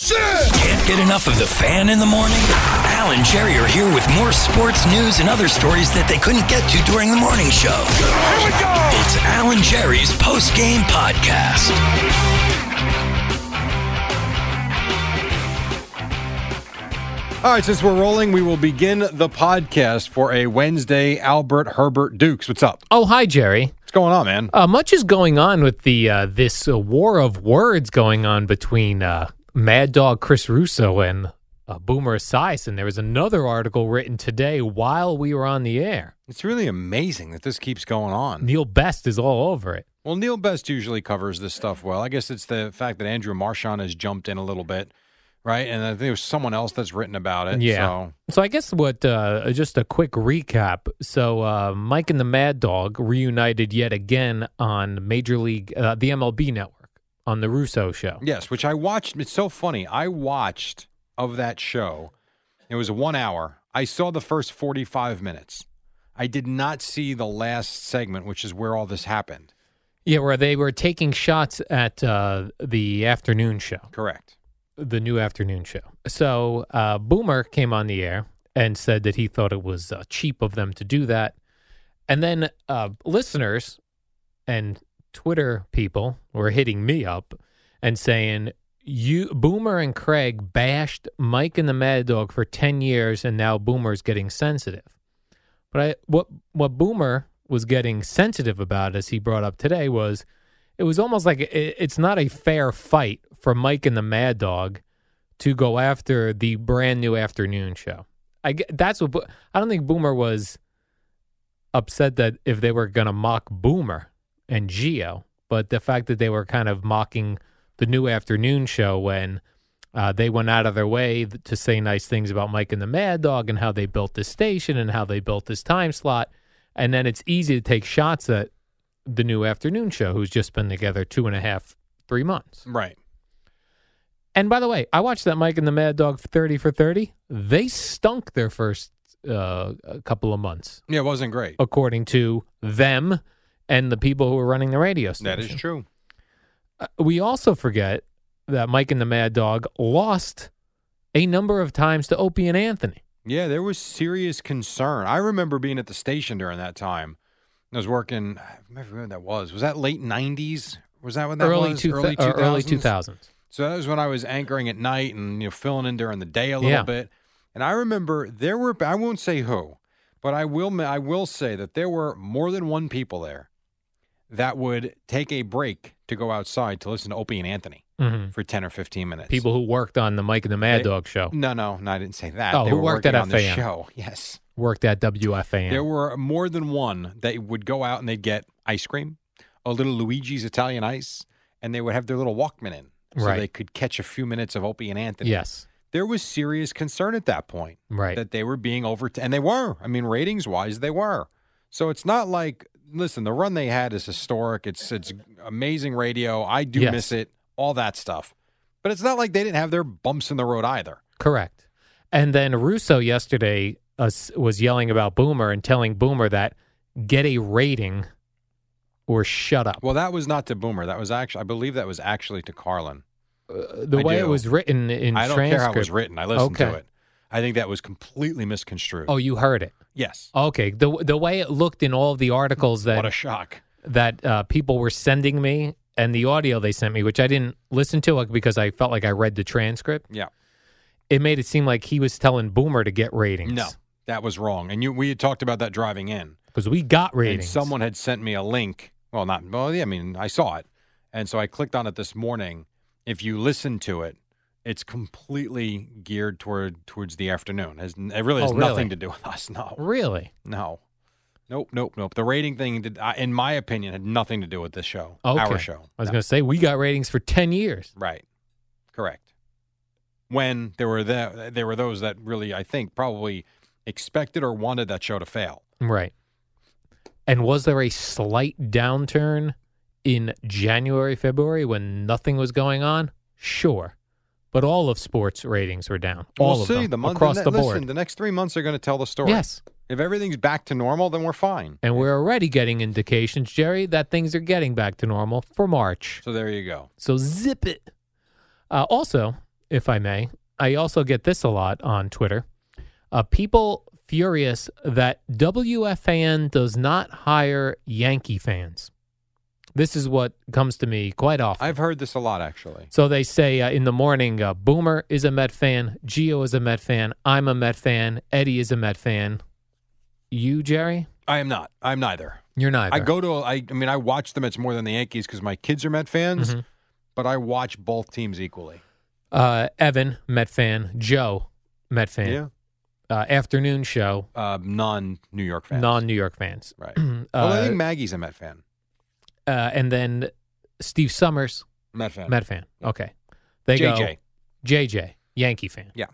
Can't get enough of the fan in the morning? Al and Jerry are here with more sports news and other stories that they couldn't get to during the morning show. Here we go! It's Al and Jerry's post game podcast. All right, since we're rolling, we will begin the podcast for a Wednesday. Albert Herbert Dukes, what's up? Oh, hi, Jerry. What's going on, man? Uh, much is going on with the uh, this uh, war of words going on between uh, Mad Dog Chris Russo and uh, Boomer Esiason. There was another article written today while we were on the air. It's really amazing that this keeps going on. Neil Best is all over it. Well, Neil Best usually covers this stuff well. I guess it's the fact that Andrew Marchand has jumped in a little bit, right? And I think there's someone else that's written about it. So So I guess what uh, just a quick recap. So uh, Mike and the Mad Dog reunited yet again on Major League, uh, the MLB Network, on the Russo show. Yes, which I watched. It's so funny. I watched of that show. It was one hour. I saw the first 45 minutes. I did not see the last segment, which is where all this happened. Yeah, where they were taking shots at uh, the afternoon show. Correct. the new afternoon show. So uh, Boomer came on the air and said that he thought it was uh, cheap of them to do that. And then uh, listeners and Twitter people were hitting me up and saying, "You Boomer and Craig bashed Mike and the Mad Dog for ten years, and now Boomer's getting sensitive." But I, what what Boomer was getting sensitive about, as he brought up today, was it was almost like it, it's not a fair fight for Mike and the Mad Dog to go after the brand new afternoon show. I ge- that's what Bo- I don't think Boomer was upset that if they were going to mock Boomer and Geo, but the fact that they were kind of mocking the new afternoon show when uh, they went out of their way th- to say nice things about Mike and the Mad Dog and how they built this station and how they built this time slot, and then it's easy to take shots at the new afternoon show who's just been together two and a half, three months. Right. And by the way, I watched that Mike and the Mad Dog 30 for 30. They stunk their first uh, a couple of months, Yeah, it wasn't great. according to them and the people who were running the radio station. That is true. Uh, We also forget that Mike and the Mad Dog lost a number of times to Opie and Anthony. Yeah, there was serious concern. I remember being at the station during that time. I was working. I remember when that was. Was that late '90s? Was that when that early, was? two, early, 2000s? early 2000s. So that was when I was anchoring at night and you know filling in during the day a little Yeah. bit. And I remember there were I won't say who, but I will ma- I will say that there were more than one people there that would take a break to go outside to listen to Opie and Anthony Mhm. for 10 or 15 minutes. People who worked on the Mike and the Mad They- Dog show No, no, no, I didn't say that. Oh, they who were worked working at on the FAM. show. Yes. worked at WFAN. There were more than one that would go out and they'd get ice cream, a little Luigi's Italian ice, and they would have their little Walkman in so Right. they could catch a few minutes of Opie and Anthony. yes, There was serious concern at that point right. that they were being over, and they were. I mean, ratings wise, they were. So it's not like, listen, the run they had is historic. It's it's amazing radio. I do Yes. miss it, all that stuff. But it's not like they didn't have their bumps in the road either. Correct. And then Russo yesterday uh, s- was yelling about Boomer and telling Boomer that get a rating or shut up. Well, that was not to Boomer. That was actually, I believe that was actually to Carlin. Uh, the I way do. it was written in I don't transcript. care how it was written. I listened to Okay. it. I think that was completely misconstrued. Oh, you heard it. yes. Okay. The the way it looked in all of the articles that what a shock. that uh, people were sending me and the audio they sent me, which I didn't listen to uh, because I felt like I read the transcript. Yeah. It made it seem like he was telling Boomer to get ratings. No, that was wrong. And you, we had talked about that driving in. because we got And ratings. someone had sent me a link. Well, not well. Yeah, I mean, I saw it, And so I clicked on it this morning. If you listen to it, it's completely geared toward towards the afternoon. Has it really has Oh, really? nothing to do with us? No, Really? no, nope, nope, nope. The rating thing, did, I- in my opinion, had nothing to do with this show. Oh, Okay. Our show. I was No. going to say we got ratings for ten years. Right. Correct. When there were the, there were those that really, I think, probably expected or wanted that show to fail. Right. And was there a slight downturn in January, February when nothing was going on? Sure. But all of sports ratings were down. All we'll of see. them the month across the, the ne- board. Listen, the next three months are going to tell the story. Yes. If everything's back to normal, then we're fine. And we're already getting indications, Jerry, that things are getting back to normal for March. So there you go. So zip it. Uh, also, if I may, I also get this a lot on Twitter. Uh, people furious that WFAN does not hire Yankee fans. This is what comes to me quite often. I've heard this a lot, actually. So they say uh, in the morning, uh, Boomer is a Met fan, Gio is a Met fan, I'm a Met fan, Eddie is a Met fan. You, Jerry, I am not. I'm neither. you're neither. I go to. I, I mean, I watch the Mets more than the Yankees because my kids are Met fans, Mhm. but I watch both teams equally. Uh, Evan, Met fan, Joe, Met fan. Uh, afternoon show, Uh, non-New York fans. non-New York fans. Right. uh, Although I think Maggie's a Met fan. uh, and then Steve Summers, Met fan. Met fan. Okay, they JJ. go JJ, Yankee fan. Yeah.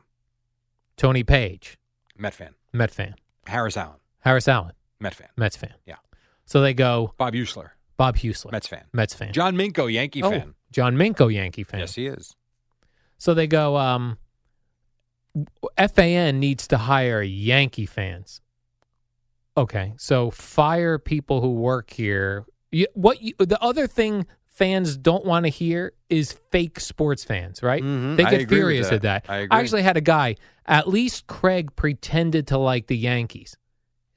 Tony Page, Met fan. Met fan. Harris Allen. Harris Allen, Met fan. Mets fan. Yeah. So they go Bob Usler. Bob Huesler, Mets fan. Mets fan. John Minko. Yankee oh, fan. John Minko, Yankee fan. Yes, he is. So they go, um, FAN needs to hire Yankee fans. Okay, so fire people who work here. You, what you, the other thing fans don't want to hear is fake sports fans, right? Mhm, They I get agree with furious that. at that. I agree. actually had a guy. At least Craig pretended to like the Yankees.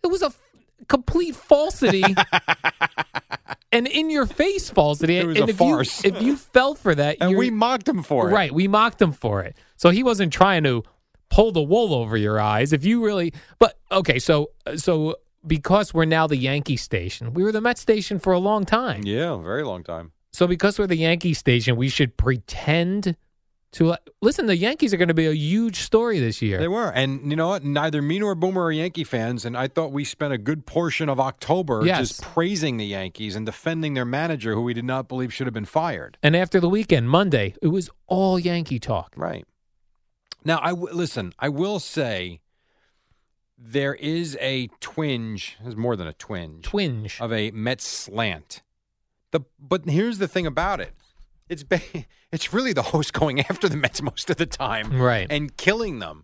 It was a f- complete falsity, and in your face falsity. It was and a if you- farce. if you fell for that, And you're- we mocked him for it. Right. We mocked him for it. So he wasn't trying to pull the wool over your eyes. If you really, but okay. So, so because we're now the Yankee station, we were the Met station for a long time. Yeah, very long time. So because we're the Yankee station, we should pretend to listen. The Yankees are going to be a huge story this year. They were. And you know what? Neither me nor Boomer are Yankee fans. And I thought we spent a good portion of October Yes. just praising the Yankees and defending their manager, who we did not believe should have been fired. and after the weekend, Monday, it was all Yankee talk. Right. Now, I w- listen, I will say there is a twinge, there's more than a twinge, Twinge. of a Mets slant. The, but here's the thing about it. It's ba- it's really the host going after the Mets most of the time. Right. and killing them.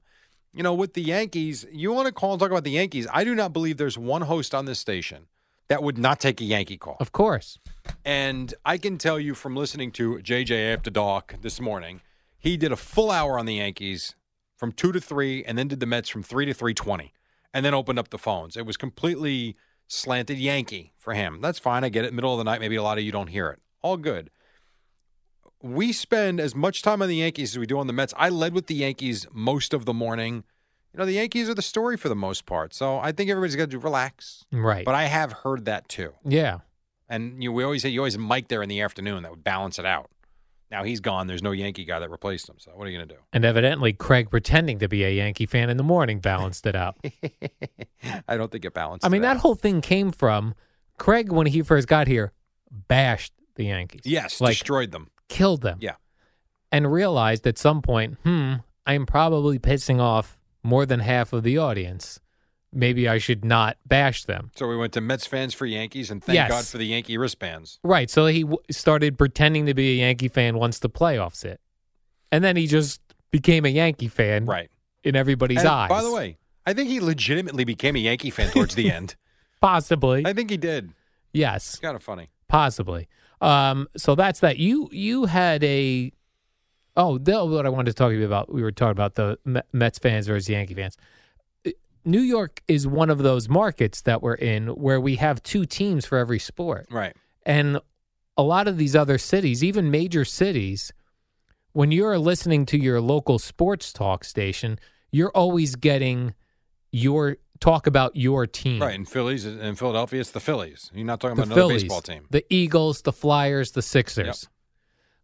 You know, with the Yankees, you want to call and talk about the Yankees. I do not believe there's one host on this station that would not take a Yankee call. of course. And I can tell you from listening to JJ After Dark this morning, he did a full hour on the Yankees from two to three, and then did the Mets from three to three twenty, and then opened up the phones. It was completely slanted Yankee for him. That's fine. I get it. Middle of the night, maybe a lot of you don't hear it. All good. We spend as much time on the Yankees as we do on the Mets. I led with the Yankees most of the morning. You know, the Yankees are the story for the most part. So I think everybody's got to relax. Right. But I have heard that too. yeah. And you, we always say you always Mike there in the afternoon that would balance it out. Now he's gone. There's no Yankee guy that replaced him. So what are you going to do? And evidently, Craig pretending to be a Yankee fan in the morning balanced it out. I don't think it balanced. I mean, it that out. whole thing came from Craig when he first got here, bashed the Yankees. yes like destroyed them. killed them. Yeah. and realized at some point, hmm, I'm probably pissing off more than half of the audience. Maybe I should not bash them. So we went to Mets fans for Yankees, and thank Yes. God for the Yankee wristbands. Right. So he w- started pretending to be a Yankee fan once the playoffs hit, and then he just became a Yankee fan. Right. In everybody's And Mm-hmm. eyes. By the way, I think he legitimately became a Yankee fan towards the end. possibly. I think he did. yes. It's kind of funny. possibly. Um, so that's that. You you had a oh, that was what I wanted to talk to you about. We were talking about the Me- Mets fans versus Yankee fans. Uh, New York is one of those markets that we're in where we have two teams for every sport, Right. and a lot of these other cities, even major cities, when you're listening to your local sports talk station, you're always getting your talk about your team. Right, in Phillies in Philadelphia, it's the Phillies. You're not talking Hmm. the about another Phillies, baseball team. the Eagles, the Flyers, the Sixers.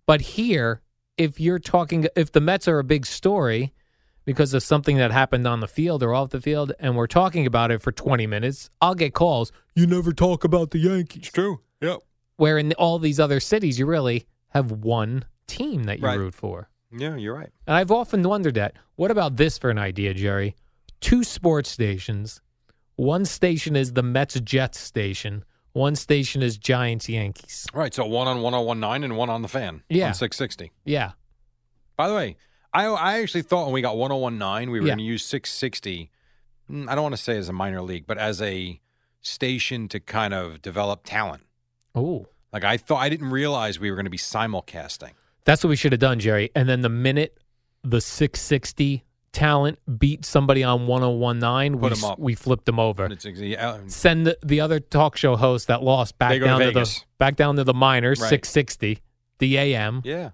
But here, if you're talking, if the Mets are a big story because of something that happened on the field or off the field, and we're talking about it for 20 minutes, I'll get calls. You never talk about the Yankees. It's true. Yep. Where in all these other cities, you really have one team that you Right. root for. Yeah, you're right. And I've often wondered that. What about this for an idea, Jerry? Two sports stations. One station is the Mets Jets station. One station is Giants Yankees. All Right. So one on 1019 and one on the fan. Yeah. On 660. Yeah. By the way, I I actually thought when we got 1019, we were Yeah. going to use 660. mm, I don't want to say as a minor league, but as a station to kind of develop talent. Oh, Like I thought, I didn't realize we were going to be simulcasting. that's what we should have done, Jerry. And then the minute the 660 talent beat somebody on 1019, we, Put 'em up. we flipped them over. And it's ex- yeah, um, Send the, the other talk show host that lost They back go to down to, the Vegas. back down to the minors, Right. 660, the AM. yeah.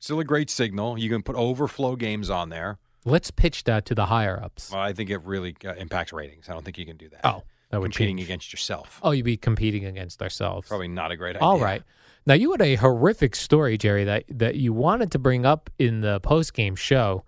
Still a great signal. You can put overflow games on there. Let's pitch that to the higher ups. Well, I think it really uh, impacts ratings. I don't think you can do that. Oh, that would competing change. against yourself. Oh, you'd be competing against ourselves. Probably not a great idea. All right. Now you had a horrific story, Jerry, that that you wanted to bring up in the post game show.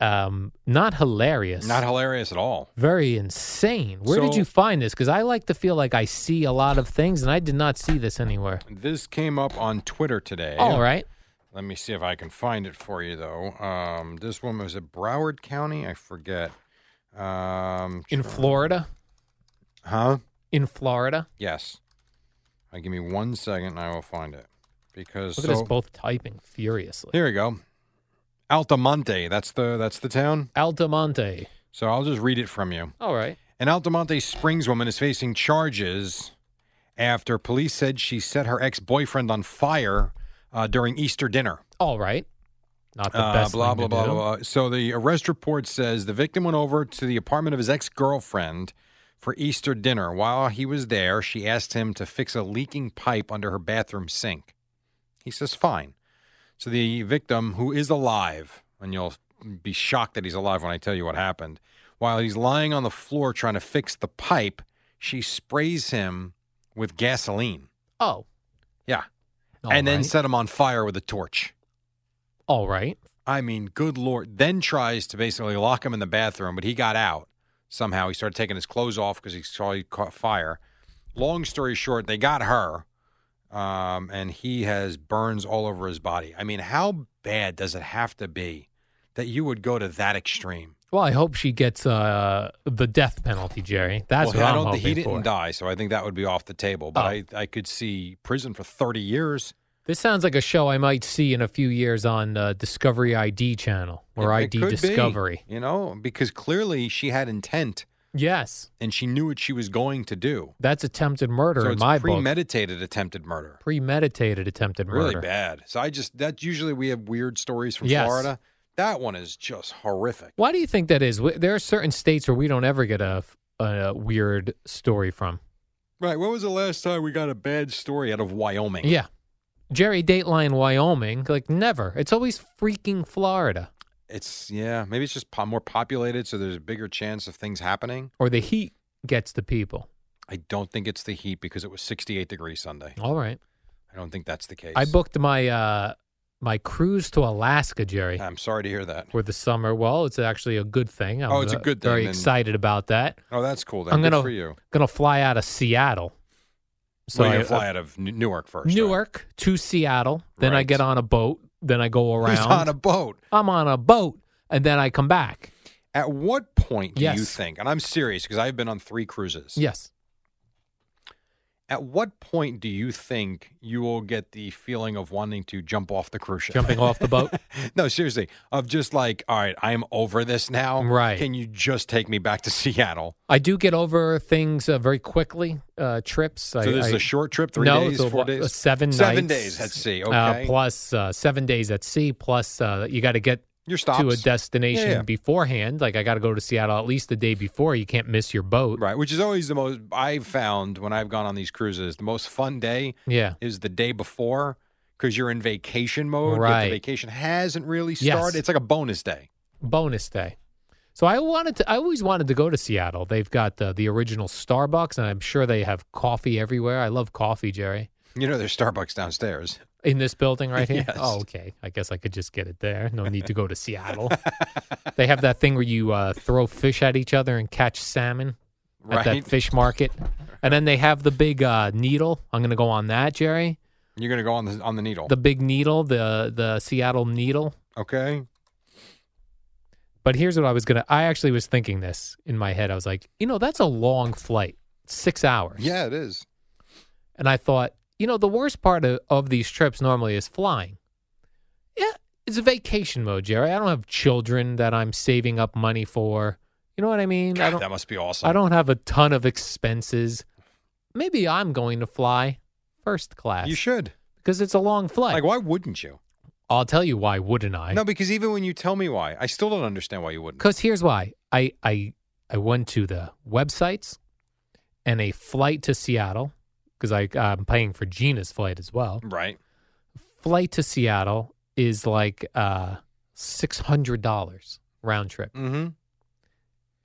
Um, not hilarious. Not hilarious at all. very insane. Where did So- you find this? Because I like to feel like I see a lot of things, and I did not see this anywhere. This came up on Twitter today. All right. Let me see if I can find it for you, though. Um, this one was at Broward County. I forget. Um, In Florida. huh? In Florida. Yes. Uh, give me one second, and I will find it. Because Look so, at us both typing furiously. here we go. Altamonte. That's the that's the town. Altamonte. So I'll just read it from you. All right. An Altamonte Springs woman is facing charges after police said she set her ex boyfriend on fire uh, during Easter dinner. All right. Not the Uh, best. blah, thing blah, to blah, do. blah, blah. So the arrest report says the victim went over to the apartment of his ex girlfriend for Easter dinner. While he was there, she asked him to fix a leaking pipe under her bathroom sink. He says, fine. So the victim, who is alive, and you'll be shocked that he's alive when I tell you what happened, while he's lying on the floor trying to fix the pipe, she sprays him with gasoline. Oh. Yeah. All and then right. set him on fire with a torch. All right. I mean, good lord. Then tries to basically lock him in the bathroom, but he got out somehow. He started taking his clothes off because he saw he caught fire. Long story short, they got her, um, and he has burns all over his body. I mean, how bad does it have to be that you would go to that extreme? Well, I hope she gets uh, the death penalty, Jerry. That's well, what I I'm don't. hoping he didn't for. die, so I think that would be off the table. But Oh. I, I could see prison for thirty years. This sounds like a show I might see in a few years on uh, Discovery ID channel or It- it ID could be, Discovery. you know, because clearly she had intent Yes, and she knew what she was going to do. that's attempted murder so in it's my book. premeditated attempted murder. Premeditated attempted murder. Really bad. So I just that usually we have weird stories from Yes. Florida. That one is just horrific. Why do you think that is? W- There are certain states where we don't ever get a, a weird story from. Right. When was the last time we got a bad story out of Wyoming? Yeah. Jerry Dateline, Wyoming, like never. It's always freaking Florida It's yeah. Maybe it's just po- more populated, so there's a bigger chance of things happening. or the heat gets the people. I don't think it's the heat because it was 68 degrees Sunday. All right. I don't think that's the case. I booked my uh, my cruise to Alaska, Jerry. I'm sorry to hear that. for the summer. Well, it's actually a good thing. I'm Oh, it's a uh, good Very thing, then. excited about that. Oh, that's cool. Then. I'm Good gonna for you. gonna fly out of Seattle. So you I- can fly uh, out of New- Newark first. right? Newark to Seattle. Then I Right. get on a boat. Then I go around. Who's on a boat? I'm on a boat, and then I come back. At what point do you Yes. think? And I'm serious because I've been on three cruises. Yes. At what point do you think you will get the feeling of wanting to jump off the cruise ship? Jumping off the boat. no, seriously, of just like, all right, I am over this now. Right. Can you just take me back to Seattle? I do get over things uh, very quickly. Uh, trips. I, so this is I- a short trip, three no, days, it's a, four wa- days, uh, seven seven nights, days at sea. uh, Okay, plus uh, seven days at sea. Plus uh, you got to get your stops to a destination Yeah, yeah. beforehand. Like I got to go to Seattle at least the day before. You can't miss your boat. right? Which is always the most I've found when I've gone on these cruises. The most fun day Yeah. is the day before because you're in vacation mode. but Right. the vacation hasn't really Yes. started. It's like a bonus day. Bonus day. So I wanted to. I always wanted to go to Seattle. They've got uh, the original Starbucks, and I'm sure they have coffee everywhere. I love coffee, Jerry. You know, there's Starbucks downstairs. In this building right here. Yes. Oh, okay. I guess I could just get it there. No need to go to Seattle. they have that thing where you uh, throw fish at each other and catch salmon at Right. that fish market, and then they have the big uh, needle. I'm going to go on that, Jerry. You're gonna go on the on the needle. The big needle, the the Seattle needle. okay. But here's what I was gonna. I actually was thinking this in my head. I was like, you know, that's a long flight, six hours. Yeah, it is. And I thought, you know, the worst part of, of these trips normally is flying. Yeah, it's a vacation mode, Jerry. I don't have children that I'm saving up money for. You know what I mean? I God, don't. that must be awesome. I don't have a ton of expenses. Maybe I'm going to fly first class You should. because it's a long flight. Like, why wouldn't you? I'll tell you why wouldn't I? no, because even when you tell me why, I still don't understand why you wouldn't. Because here's why. I, I I went to the websites and a flight to Seattle because I I'm paying for Gina's flight as well. Right. Flight to Seattle is like uh, six hundred dollars round trip. Mm-hmm.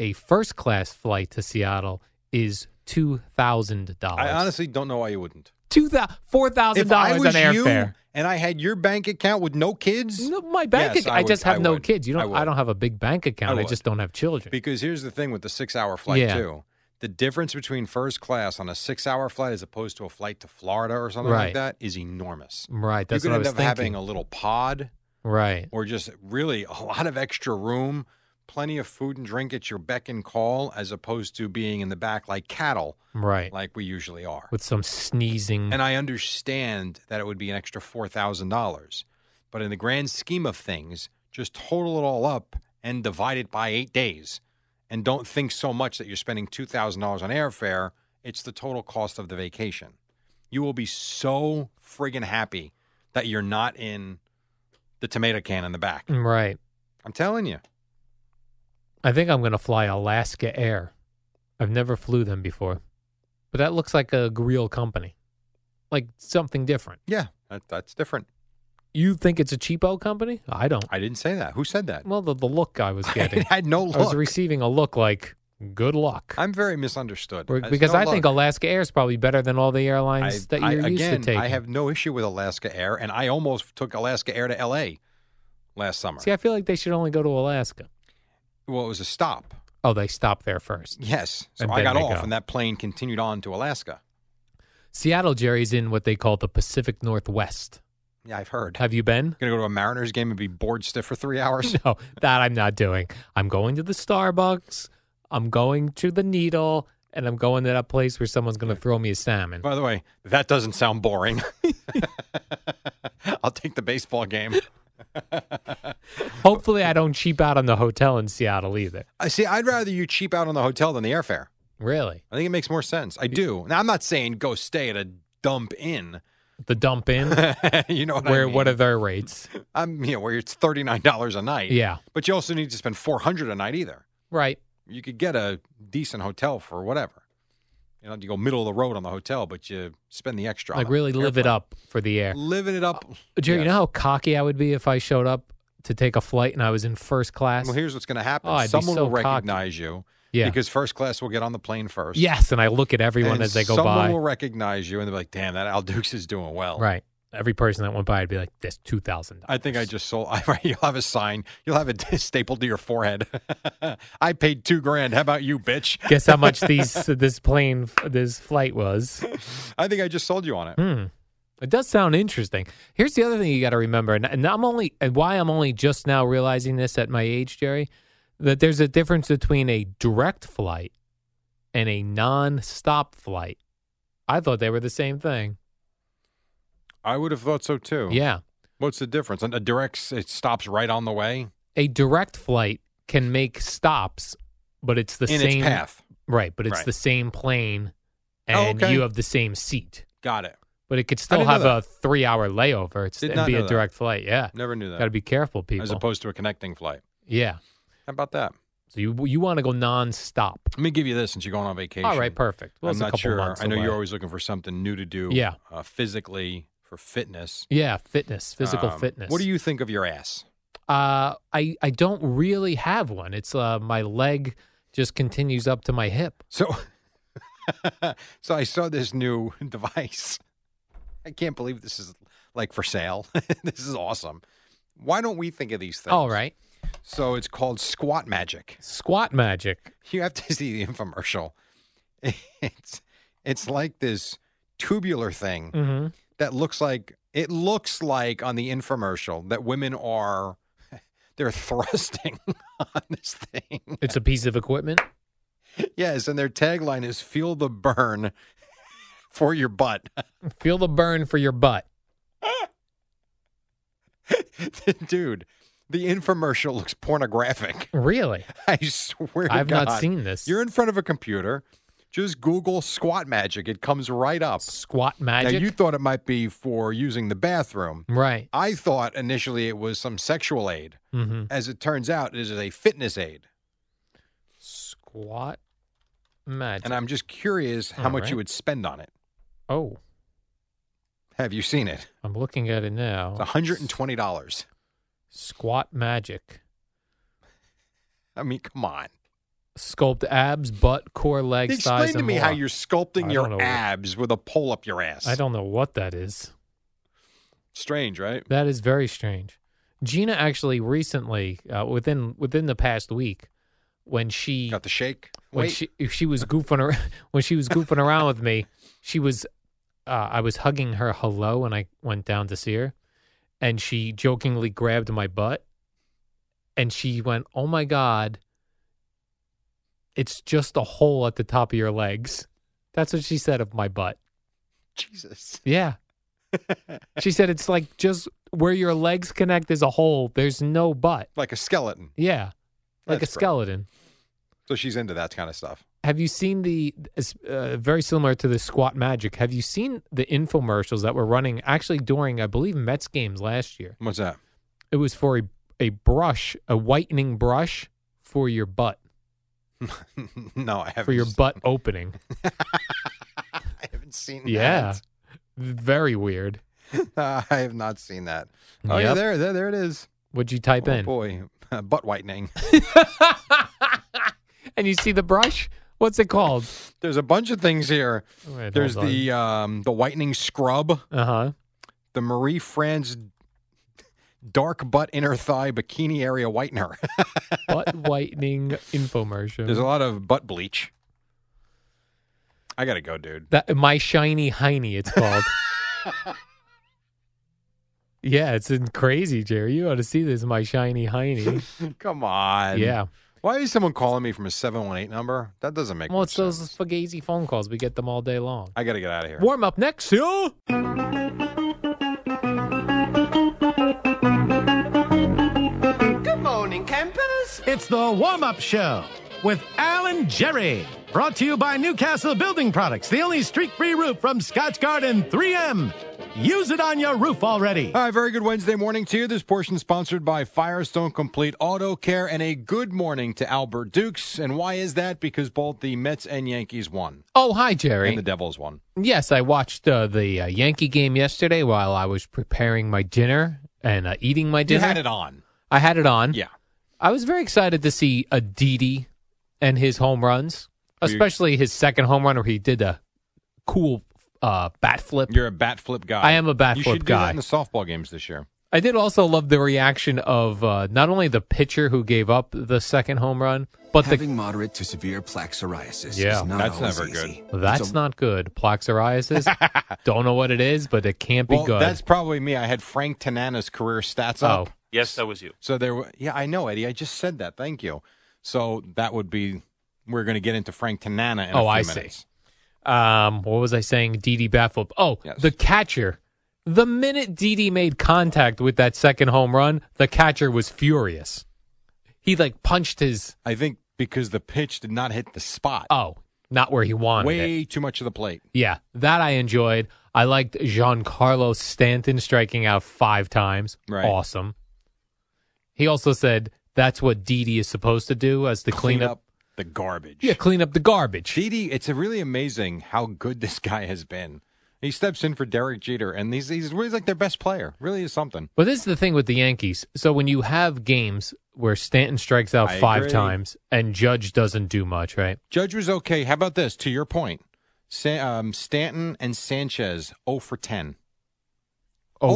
A first class flight to Seattle is two thousand I dollars. honestly don't know why you wouldn't. Two thousand four thousand If I dollars on was you airfare. and I had your bank account with no kids, No, my bank. Yes, account. I I, just would- have I no would. kids. You I don't. I, would. don't have a big bank account. I, would. just don't have children. because here's the thing with the six-hour flight Yeah. too. The difference between first class on a six-hour flight as opposed to a flight to Florida or something Right. like that is enormous. right. That's you what I could end was up thinking. having a little pod right. or just really a lot of extra room, plenty of food and drink at your beck and call, as opposed to being in the back like cattle, Right. like we usually are. with mm-hmm. some sneezing. And I understand that it would be an extra four thousand dollars, but in the grand scheme of things, just total it all up and divide it by eight days, and don't think so much that you're spending two thousand dollars on airfare. It's the total cost of the vacation. You will be so friggin' happy that you're not in the tomato can in the back. right. I'm telling you. I think I'm going to fly Alaska Air. I've never flew them before, but that looks like a g- real company, like something different. Yeah, that, that's different. You think it's a cheapo company? I don't. I didn't say that. Who said that? Well, the, the look I was getting, I had no I was look. receiving a look like good luck. I'm very misunderstood. Or- There's because no I think look. Alaska Air is probably better than all the I, airlines that I- you're again, used to taking. I have no issue with Alaska Air, and I almost took Alaska Air to L.A. last summer. See, I feel like they should only go to Alaska. Well, it was a stop. Oh, they stop there first. Yes, so And I then got they off, go. and that plane continued on to Alaska. Seattle, Jerry's in what they call the Pacific Northwest. Yeah, I've heard. Have you been? Gonna go to a Mariners game and be bored stiff for three hours. No, that I'm not doing. I'm going to the Starbucks. I'm going to the Needle, and I'm going to that place where someone's going to throw me a salmon. By the way, that doesn't sound boring. I'll take the baseball game. Hopefully, I don't cheap out on the hotel in Seattle either. I see. I'd rather you cheap out on the hotel than the airfare. Really, I think it makes more sense. I do. Now I'm not saying go stay at a dump inn. the dump in you know what where I mean? what are their rates? I'm you know, where it's thirty nine dollars a night. Yeah, But you also need to spend four hundred a night either. right. You could get a decent hotel for whatever. You know, you go middle of the road on the hotel, but you spend the extra. on Like the really Oh, live it airplane. up for the air. Living it up. Jerry, you Yes. know how cocky I would be if I showed up to take a flight and I was in first class. Well, here's what's going to happen. Oh, I'd be Someone so will cocky. recognize you yeah. because first class will get on the plane first. yes, and I look at everyone and as they go someone by. will recognize you, and they're like, "Damn, that Al Dukes is doing well." Right. Every person that went by, I'd be like, "This two thousand dollars." I think I just sold. you'll have a sign. You'll have it stapled to your forehead. I paid two grand. How about you, bitch? Guess how much these this plane this flight was. I think I just sold you on it. Hmm. It does sound interesting. Here's the other thing you got to remember, and, and I'm only and why I'm only just now realizing this at my age, Jerry, that there's a difference between a direct flight and a non-stop flight. I thought they were the same thing. I would have thought so too. Yeah, What's the difference? A direct s- it stops right on the way a direct flight can make stops, but it's the in same its path. Right, but it's Right. Oh, the same plane, and okay. you have the same seat. Got it. But it could still didn't know have that. a three-hour layover. It's, Did it'd not be know a that. direct flight. Yeah, Never knew that. got to be careful, people. As opposed to a connecting flight. yeah. How about that? So you you want to go nonstop? Let me give you this since you're going on vacation. All right, perfect. Well, I'm it's a not couple sure. months. I know you're away. always looking for something new to do. Yeah. Uh, physically for fitness. Yeah, fitness, physical Um, fitness. What do you think of your ass? Uh, I I don't really have one. It's uh, my leg just continues up to my hip. So, so I saw this new device. I can't believe this is like for sale. this is awesome. Why don't we think of these things? All right, So it's called Squat Magic. squat magic. You have to see the infomercial. It's it's like this tubular thing hmm that looks like it looks like on the infomercial that women are they're thrusting on this thing. It's a piece of equipment. Yes, and their tagline is "Feel the burn for your butt." Feel the burn for your butt. Dude, the infomercial looks pornographic. Really, I swear to I've Oh, God. not seen this. You're in front of a computer. Just Google squat magic. It comes right up. squat Now, magic. you thought it might be for using the bathroom. right. I thought initially it was some sexual aid. hmm As it turns out, it is a fitness aid. Squat magic. And I'm just curious how All much you right. would spend on it. oh, Have you seen it? I'm looking at it now. It's $120. Squat magic. I mean, come on. Sculpt abs, butt, core, legs, thighs, Explain to and me more. how you're sculpting I don't know your what- abs with a pole up your ass. I don't know what that is. Strange, right? That is very strange. Gina actually recently, uh, within within the past week, when she Got the shake. when Wait, she if she was goofing around when she was goofing around with me, she was uh, I was hugging her hello when I went down to see her, and she jokingly grabbed my butt, and she went, "Oh my god, it's just a hole at the top of your legs." That's what she said of my butt. Jesus. Yeah. she said it's like just where your legs connect is a hole. There's no butt. Like a skeleton. Yeah. Like That's a great. skeleton. So she's into that kind of stuff. Have you seen the it's, uh, very similar to the squat magic? Have you seen the infomercials that were running actually during I believe Mets games last year? What's that? It was for a a brush, a whitening brush for your butt, no, I haven't. for your s- butt opening. I haven't seen yeah. Very weird. that. Uh, I have not seen that. Oh, yeah, Yep. there, there, there it is. What'd you type oh, in? boy. butt whitening. and you see the brush? What's it called? There's a bunch of things here. There's the um, the whitening scrub, uh huh. the Marie France dark butt inner thigh bikini area whitener. butt whitening infomercial. There's a lot of butt bleach. I gotta go, dude. That my shiny hiney, it's called. yeah, it's in crazy, Jerry. You ought to see this, my shiny hiney. Come on. yeah. Why is someone calling me from a seven one eight number? That doesn't make Well, much it's those sense. fugazi phone calls. We get them all day long. I gotta get out of here. Warm up next, yo. It's the warm up show with Alan Jerry. Brought to you by Newcastle Building Products, the only streak free roof from Scotch Garden 3M. Use it on your roof already. All right, very good Wednesday morning to you. This portion sponsored by Firestone Complete Auto Care, and a good morning to Albert Dukes. And why is that? Because both the Mets and Yankees won, Oh, hi, Jerry. and the Devils won. yes, I watched uh, the uh, Yankee game yesterday while I was preparing my dinner and uh, eating my You dinner. had it on, I had it on. yeah. I was very excited to see Aditi and his home runs, especially his second home run where he did a cool uh, bat flip. You're a bat flip guy. I am a bat you flip should do that guy. in the softball games this year. I did also love the reaction of uh, not only the pitcher who gave up the second home run, but the Having moderate to severe plaque psoriasis Yeah, is not that's always never good. easy. that's not good. Plaque psoriasis. Don't know what it is, but it can't be well, good. that's probably me. I had Frank Tanana's career stats oh, up. So there, were- yeah, I know, Eddie. I just said that. Thank you. So that would be. We're going to get into Frank Tanana. In Oh, a few I see. minutes. um, what was I saying? Didi bat flip. Oh, Yes. the catcher. The minute Didi made contact with that second home run, the catcher was furious. He like punched his I think because the pitch did not hit the spot. oh, not where he wanted it. Way too much of the plate. Yeah, that I enjoyed. I liked Giancarlo Stanton striking out five times. Right. Awesome. He also said that's what Didi is supposed to do as the Clean cleanup. up the garbage. Yeah, clean up the garbage. Didi, it's really amazing how good this guy has been. He steps in for Derek Jeter, and he's he's really like their best player. Really is something. Well, this is the thing with the Yankees. So when you have games where Stanton strikes out I five agree. times and Judge doesn't do much, right? Judge was okay. How about this? To your point, Sa- um, Stanton and Sanchez 0 for 0 10. 0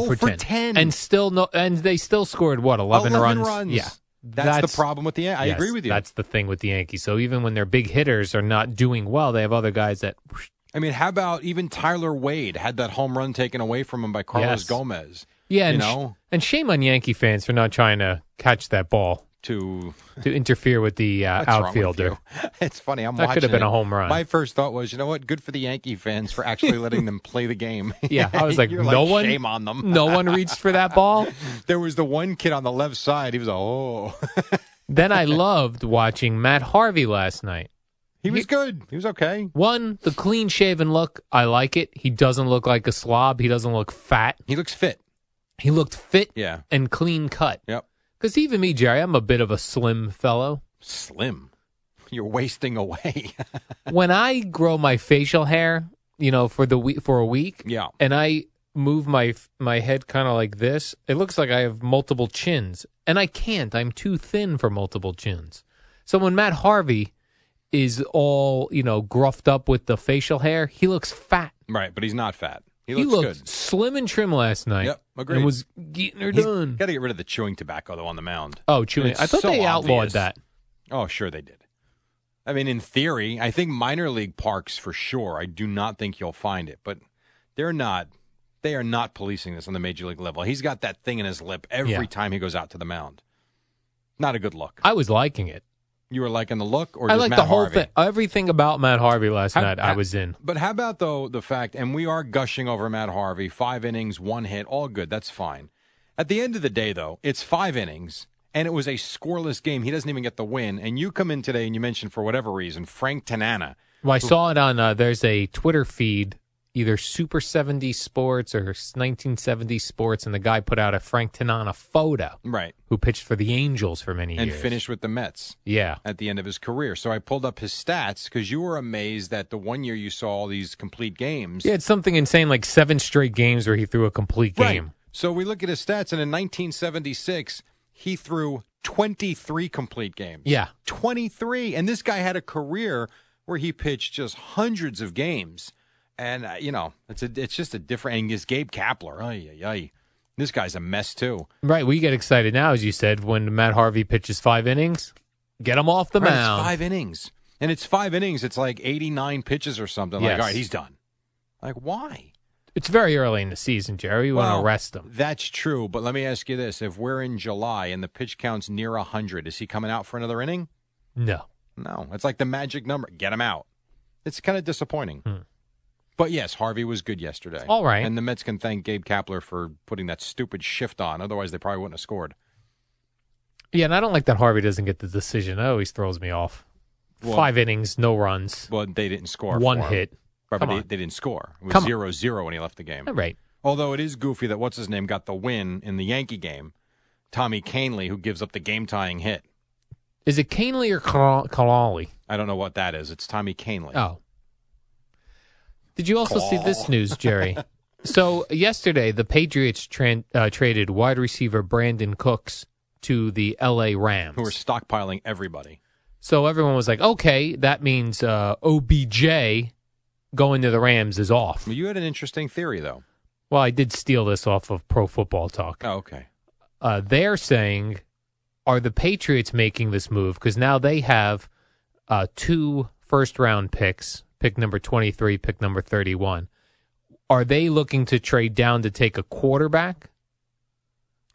for, Oh, for 10. 10. and still no, and they still scored what 11, 11 runs. runs. Yeah, That's, the problem with the. I yes, agree with you. That's the thing with the Yankees. So even when their big hitters are not doing well, they have other guys that I mean, how about even Tyler Wade had that home run taken away from him by Carlos Yes. Gomez yeah, You and, know? and shame on Yankee fans for not trying to catch that ball to to interfere with the uh, What's wrong with outfielder. you? It's funny. I'm That could have watching been a it. home run. My first thought was, you know what? Good for the Yankee fans for actually letting them play the game. Yeah, I was like, You're no one, Mm. Shame on them. no one reached for that ball. There was the one kid on the left side. He was like, oh, Then I loved watching Matt Harvey last night. he was good. He was okay. One, the clean shaven look. I like it. He doesn't look like a slob. He doesn't look fat. He looks fit. He looked fit Yeah. and clean cut. Yep. Because even me, Jerry, I'm a bit of a slim fellow. Slim. You're wasting away. when I grow my facial hair, you know, for the week for a week, Yeah. and I move my my head kind of like this, it looks like I have multiple chins, and I can't. I'm too thin for multiple chins. So when Matt Harvey is all you know gruffed up with the facial hair, he looks fat. right, but he's not fat. He He, looks looked good. slim and trim last night. Yep, agreed. And was getting her done. Got to get rid of the chewing tobacco though on the mound. oh, chewing! It's I thought so they outlawed obvious. that. Oh, sure they did. I mean, in theory, I think minor league parks for sure. I do not think you'll find it, but they're not. They are not policing this on the major league level. He's got that thing in his lip every Yeah. time he goes out to the mound. Not a good look. I was liking it. You were liking the look, or I just liked Matt the whole Harvey? thing, everything about Matt Harvey last How- night. I how- was in. But how about though the fact, and we are gushing over Matt Harvey, five innings, one hit, all good. That's fine. At the end of the day, though, it's five innings, and it was a scoreless game. He doesn't even get the win. And you come in today, and you mentioned for whatever reason Frank Tanana. Well, I saw it on uh, there's a Twitter feed, either Super 70 Sports or 1970 Sports, and the guy put out a Frank Tanana photo Right. who pitched for the Angels for many and years finished with the Mets Yeah, at the end of his career. So I pulled up his stats because you were amazed that the one year you saw all these complete games. he had something insane like seven straight games where he threw a complete Right. game. So we look at his stats, and in 1976, he threw 23 complete games. Yeah. 23. And this guy had a career where he pitched just hundreds of games. And, uh, you know, it's a, it's just a different. And this Gabe Kapler, ay, ay, ay. This guy's a mess, too. Right, we get excited now, as you said, when Matt Harvey pitches five innings, get him off the Right, mound. It's five innings. And it's five innings. It's like 89 pitches or something. Like, Yes. all right, he's done. Like, why? It's very early in the season, Jerry. You want Well, to rest him. That's true. But let me ask you this. If we're in July and the pitch count's near 100, is he coming out for another inning? No. No. It's like the magic number. Get him out. It's kind of disappointing. But yes, Harvey was good yesterday. Hmm. All right. And the Mets can thank Gabe Kapler for putting that stupid shift on. Otherwise, they probably wouldn't have scored. Yeah, and I don't like that Harvey doesn't get the decision. That always throws me off. Well- five innings, no runs, Well, they didn't score. one for him. hit. Right, Come but they, on. they didn't score. It Come was on. 0 0 when he left the game. All right. Although it is goofy that what's his name got the win in the Yankee game, Tommy Canley, who gives up the game tying hit. Is it Canely or Kalali? I don't know what that is. It's Tommy Canley. Oh. Did you also see this news, Jerry? so yesterday, the Patriots tran uh, traded wide receiver Brandon Cooks to the L.A. Rams. Who are stockpiling everybody. so everyone was like, "Okay, that means uh, OBJ going to the Rams is off." Well, you had an interesting theory, though. Well, I did steal this off of Pro Football Talk. Oh, okay. uh, they're saying are the Patriots making this move because now they have uh, two first round picks, pick number 23, pick number 31. Are they looking to trade down to take a quarterback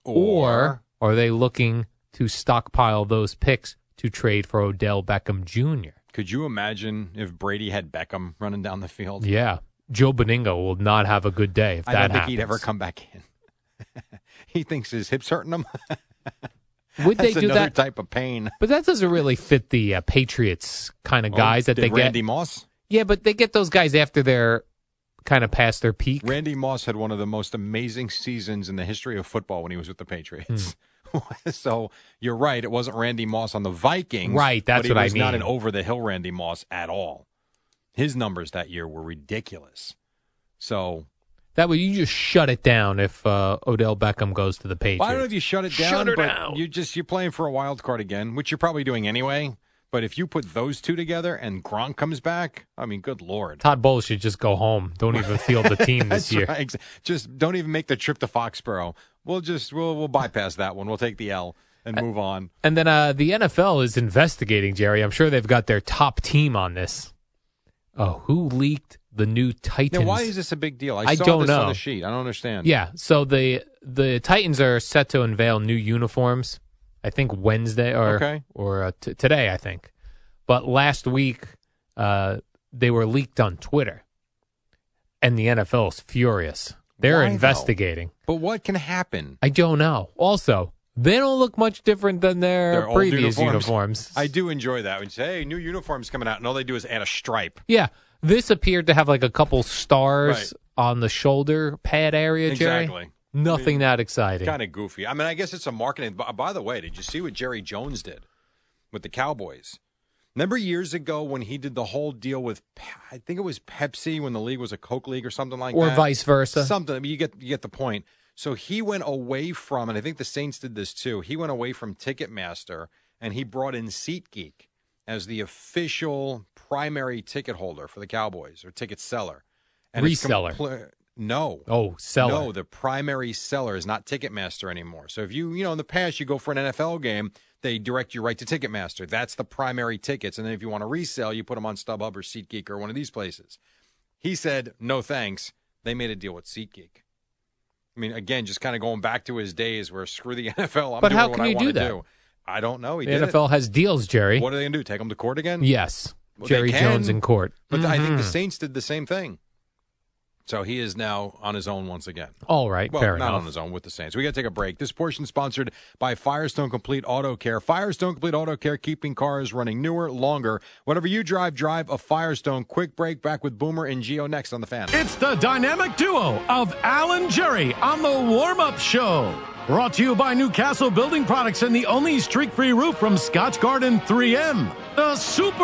or are they looking to stockpile those picks to trade for Odell Beckham Jr.? could you imagine if Brady had Beckham running down the field? Yeah. Joe Beningo will not have a good day if I that don't think happens. he'd ever come back in. he thinks his hips hurting him. Would they That's do another that? type of pain. But that doesn't really fit the uh, Patriots kind of Oh, guys that did they get. Randy Moss. Yeah, but they get those guys after they're kind of past their peak. Randy Moss had one of the most amazing seasons in the history of football when he was with the Patriots. Hmm. so you're right. It wasn't Randy Moss on the Vikings. Right, that's but he what I was Not mean. an over the hill Randy Moss at all. His numbers that year were ridiculous. So That way, you just shut it down if uh, Odell Beckham goes to the Patriots. Well, I don't know if you shut it down, Shut her but down. you just you're playing for a wild card again, which you're probably doing anyway. But if you put those two together and Gronk comes back, I mean, good lord. Todd Bowles should just go home. Don't even field the team this That's year. right. Exa- Just don't even make the trip to Foxborough. We'll just we'll we'll bypass that one. We'll take the L and move on. And then uh, the NFL is investigating, Jerry. I'm sure they've got their top team on this. Oh, who leaked the new Titans? Now, why is this a big deal? I, I saw don't this on know. the sheet. I don't understand. Yeah, so the the Titans are set to unveil new uniforms. I think Wednesday or Okay. or uh, t- today, I think. But last week, uh, they were leaked on Twitter, and the NFL is furious. They're Why, though? investigating. But what can happen? I don't know. Also, they don't look much different than their, Their old previous uniforms. uniforms. I do enjoy that. When you say, hey, new uniform's coming out, and all they do is add a stripe. Yeah, this appeared to have like a couple stars Right. on the shoulder pad area, Jerry. Exactly. Nothing that exciting. Kind of goofy. I mean, I guess it's a marketing. b- By the way, did you see what Jerry Jones did with the Cowboys? Remember years ago when he did the whole deal with, Pe- I think it was Pepsi when the league was a Coke league or something like or that, vice versa. Something. I mean, you get you get the point. So he went away from, and I think the Saints did this too. He went away from Ticketmaster and he brought in SeatGeek as the official primary ticket holder for the Cowboys or ticket seller. it's Reseller. compl- no. oh, seller. No, the primary seller is not Ticketmaster anymore. So if you, you know, in the past you go for an NFL game, they direct you right to Ticketmaster. That's the primary tickets. And then if you want to resell, you put them on StubHub or SeatGeek or one of these places. He said, no thanks. They made a deal with SeatGeek. I mean, again, just kind of going back to his days where screw the NFL. I'm But doing how what can I you want do to that? do. I don't know. He the did it. NFL has deals, Jerry. What are they going to do? Take him to court again? Yes, Well, they Jerry Jones can, in court. But I think the Mhm. Saints did the same thing. So he is now on his own once again. All right, Well, fair not enough. on his own with the Saints. We got to take a break. This portion sponsored by Firestone Complete Auto Care. Firestone Complete Auto Care, keeping cars running newer, longer. Whatever you drive, drive a Firestone. Quick break. Back with Boomer and Geo next on the fan. It's the dynamic duo of Alan Jerry on the warm up show. Brought to you by Newcastle Building Products and the only streak free roof from Scotch Garden 3M. The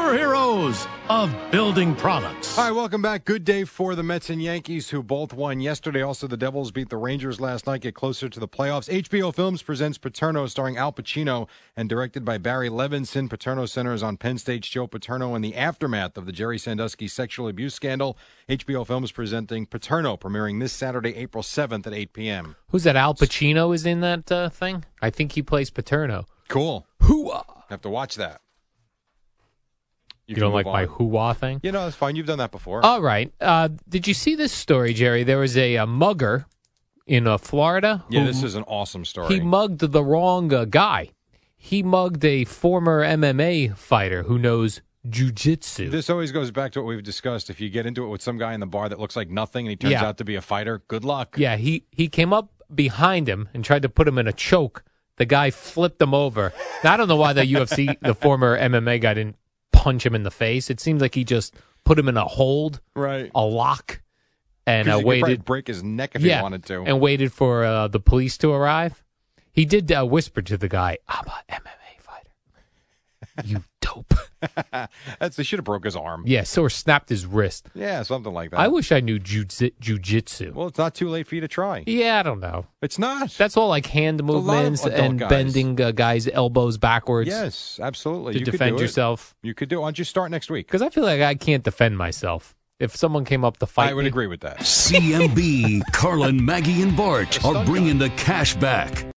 superheroes of building products. All right, welcome back. Good day for the Mets and Yankees, who both won yesterday. Also, the Devils beat the Rangers last night, get closer to the playoffs. HBO Films presents Paterno, starring Al Pacino and directed by Barry Levinson. Paterno centers on Penn State's Joe Paterno and the aftermath of the Jerry Sandusky sexual abuse scandal. HBO Films presenting Paterno, premiering this Saturday, April 7th at 8 p.m. Who's that? Al Pacino is in that uh, thing. I think he plays Paterno. Cool. Hooah! Have to watch that. You, can don't like move my on. hooah thing? You know, that's fine. You've done that before. All right. Uh, did you see this story, Jerry? There was a, uh mugger in uh, Florida. yeah, who this is an awesome story. He mugged the wrong uh, guy. He mugged a former MMA fighter who knows jujitsu. This always goes back to what we've discussed. If you get into it with some guy in the bar that looks like nothing and he turns Yeah. out to be a fighter, good luck. Yeah, he he came up behind him and tried to put him in a choke. The guy flipped him over. Now, I don't know why the UFC, the former MMA guy, didn't punch him in the face. It seems like he just put him in a hold, Right. a lock, and And I uh, waited. waited. Break his neck if yeah, he wanted to. and waited for uh, the police to arrive. He did uh, whisper to the guy, "I'm a MMA fighter." You dope. That's they should have broke his arm. Yeah, Yeah, so or snapped his wrist. something like that. I wish I knew jujitsu. jujitsu. well, it's not too late for you to try. yeah, I don't know. It's not. That's all like hand lot of movements adult and guys. bending uh, guys' elbows backwards yes, absolutely. to you could defend do it. yourself. You could do. it. Why don't you start next week? Because I feel like I can't defend myself. If someone came up to fight I would me, agree with that. CMB, Carlin, Maggie, and Bart are bringing the cash back.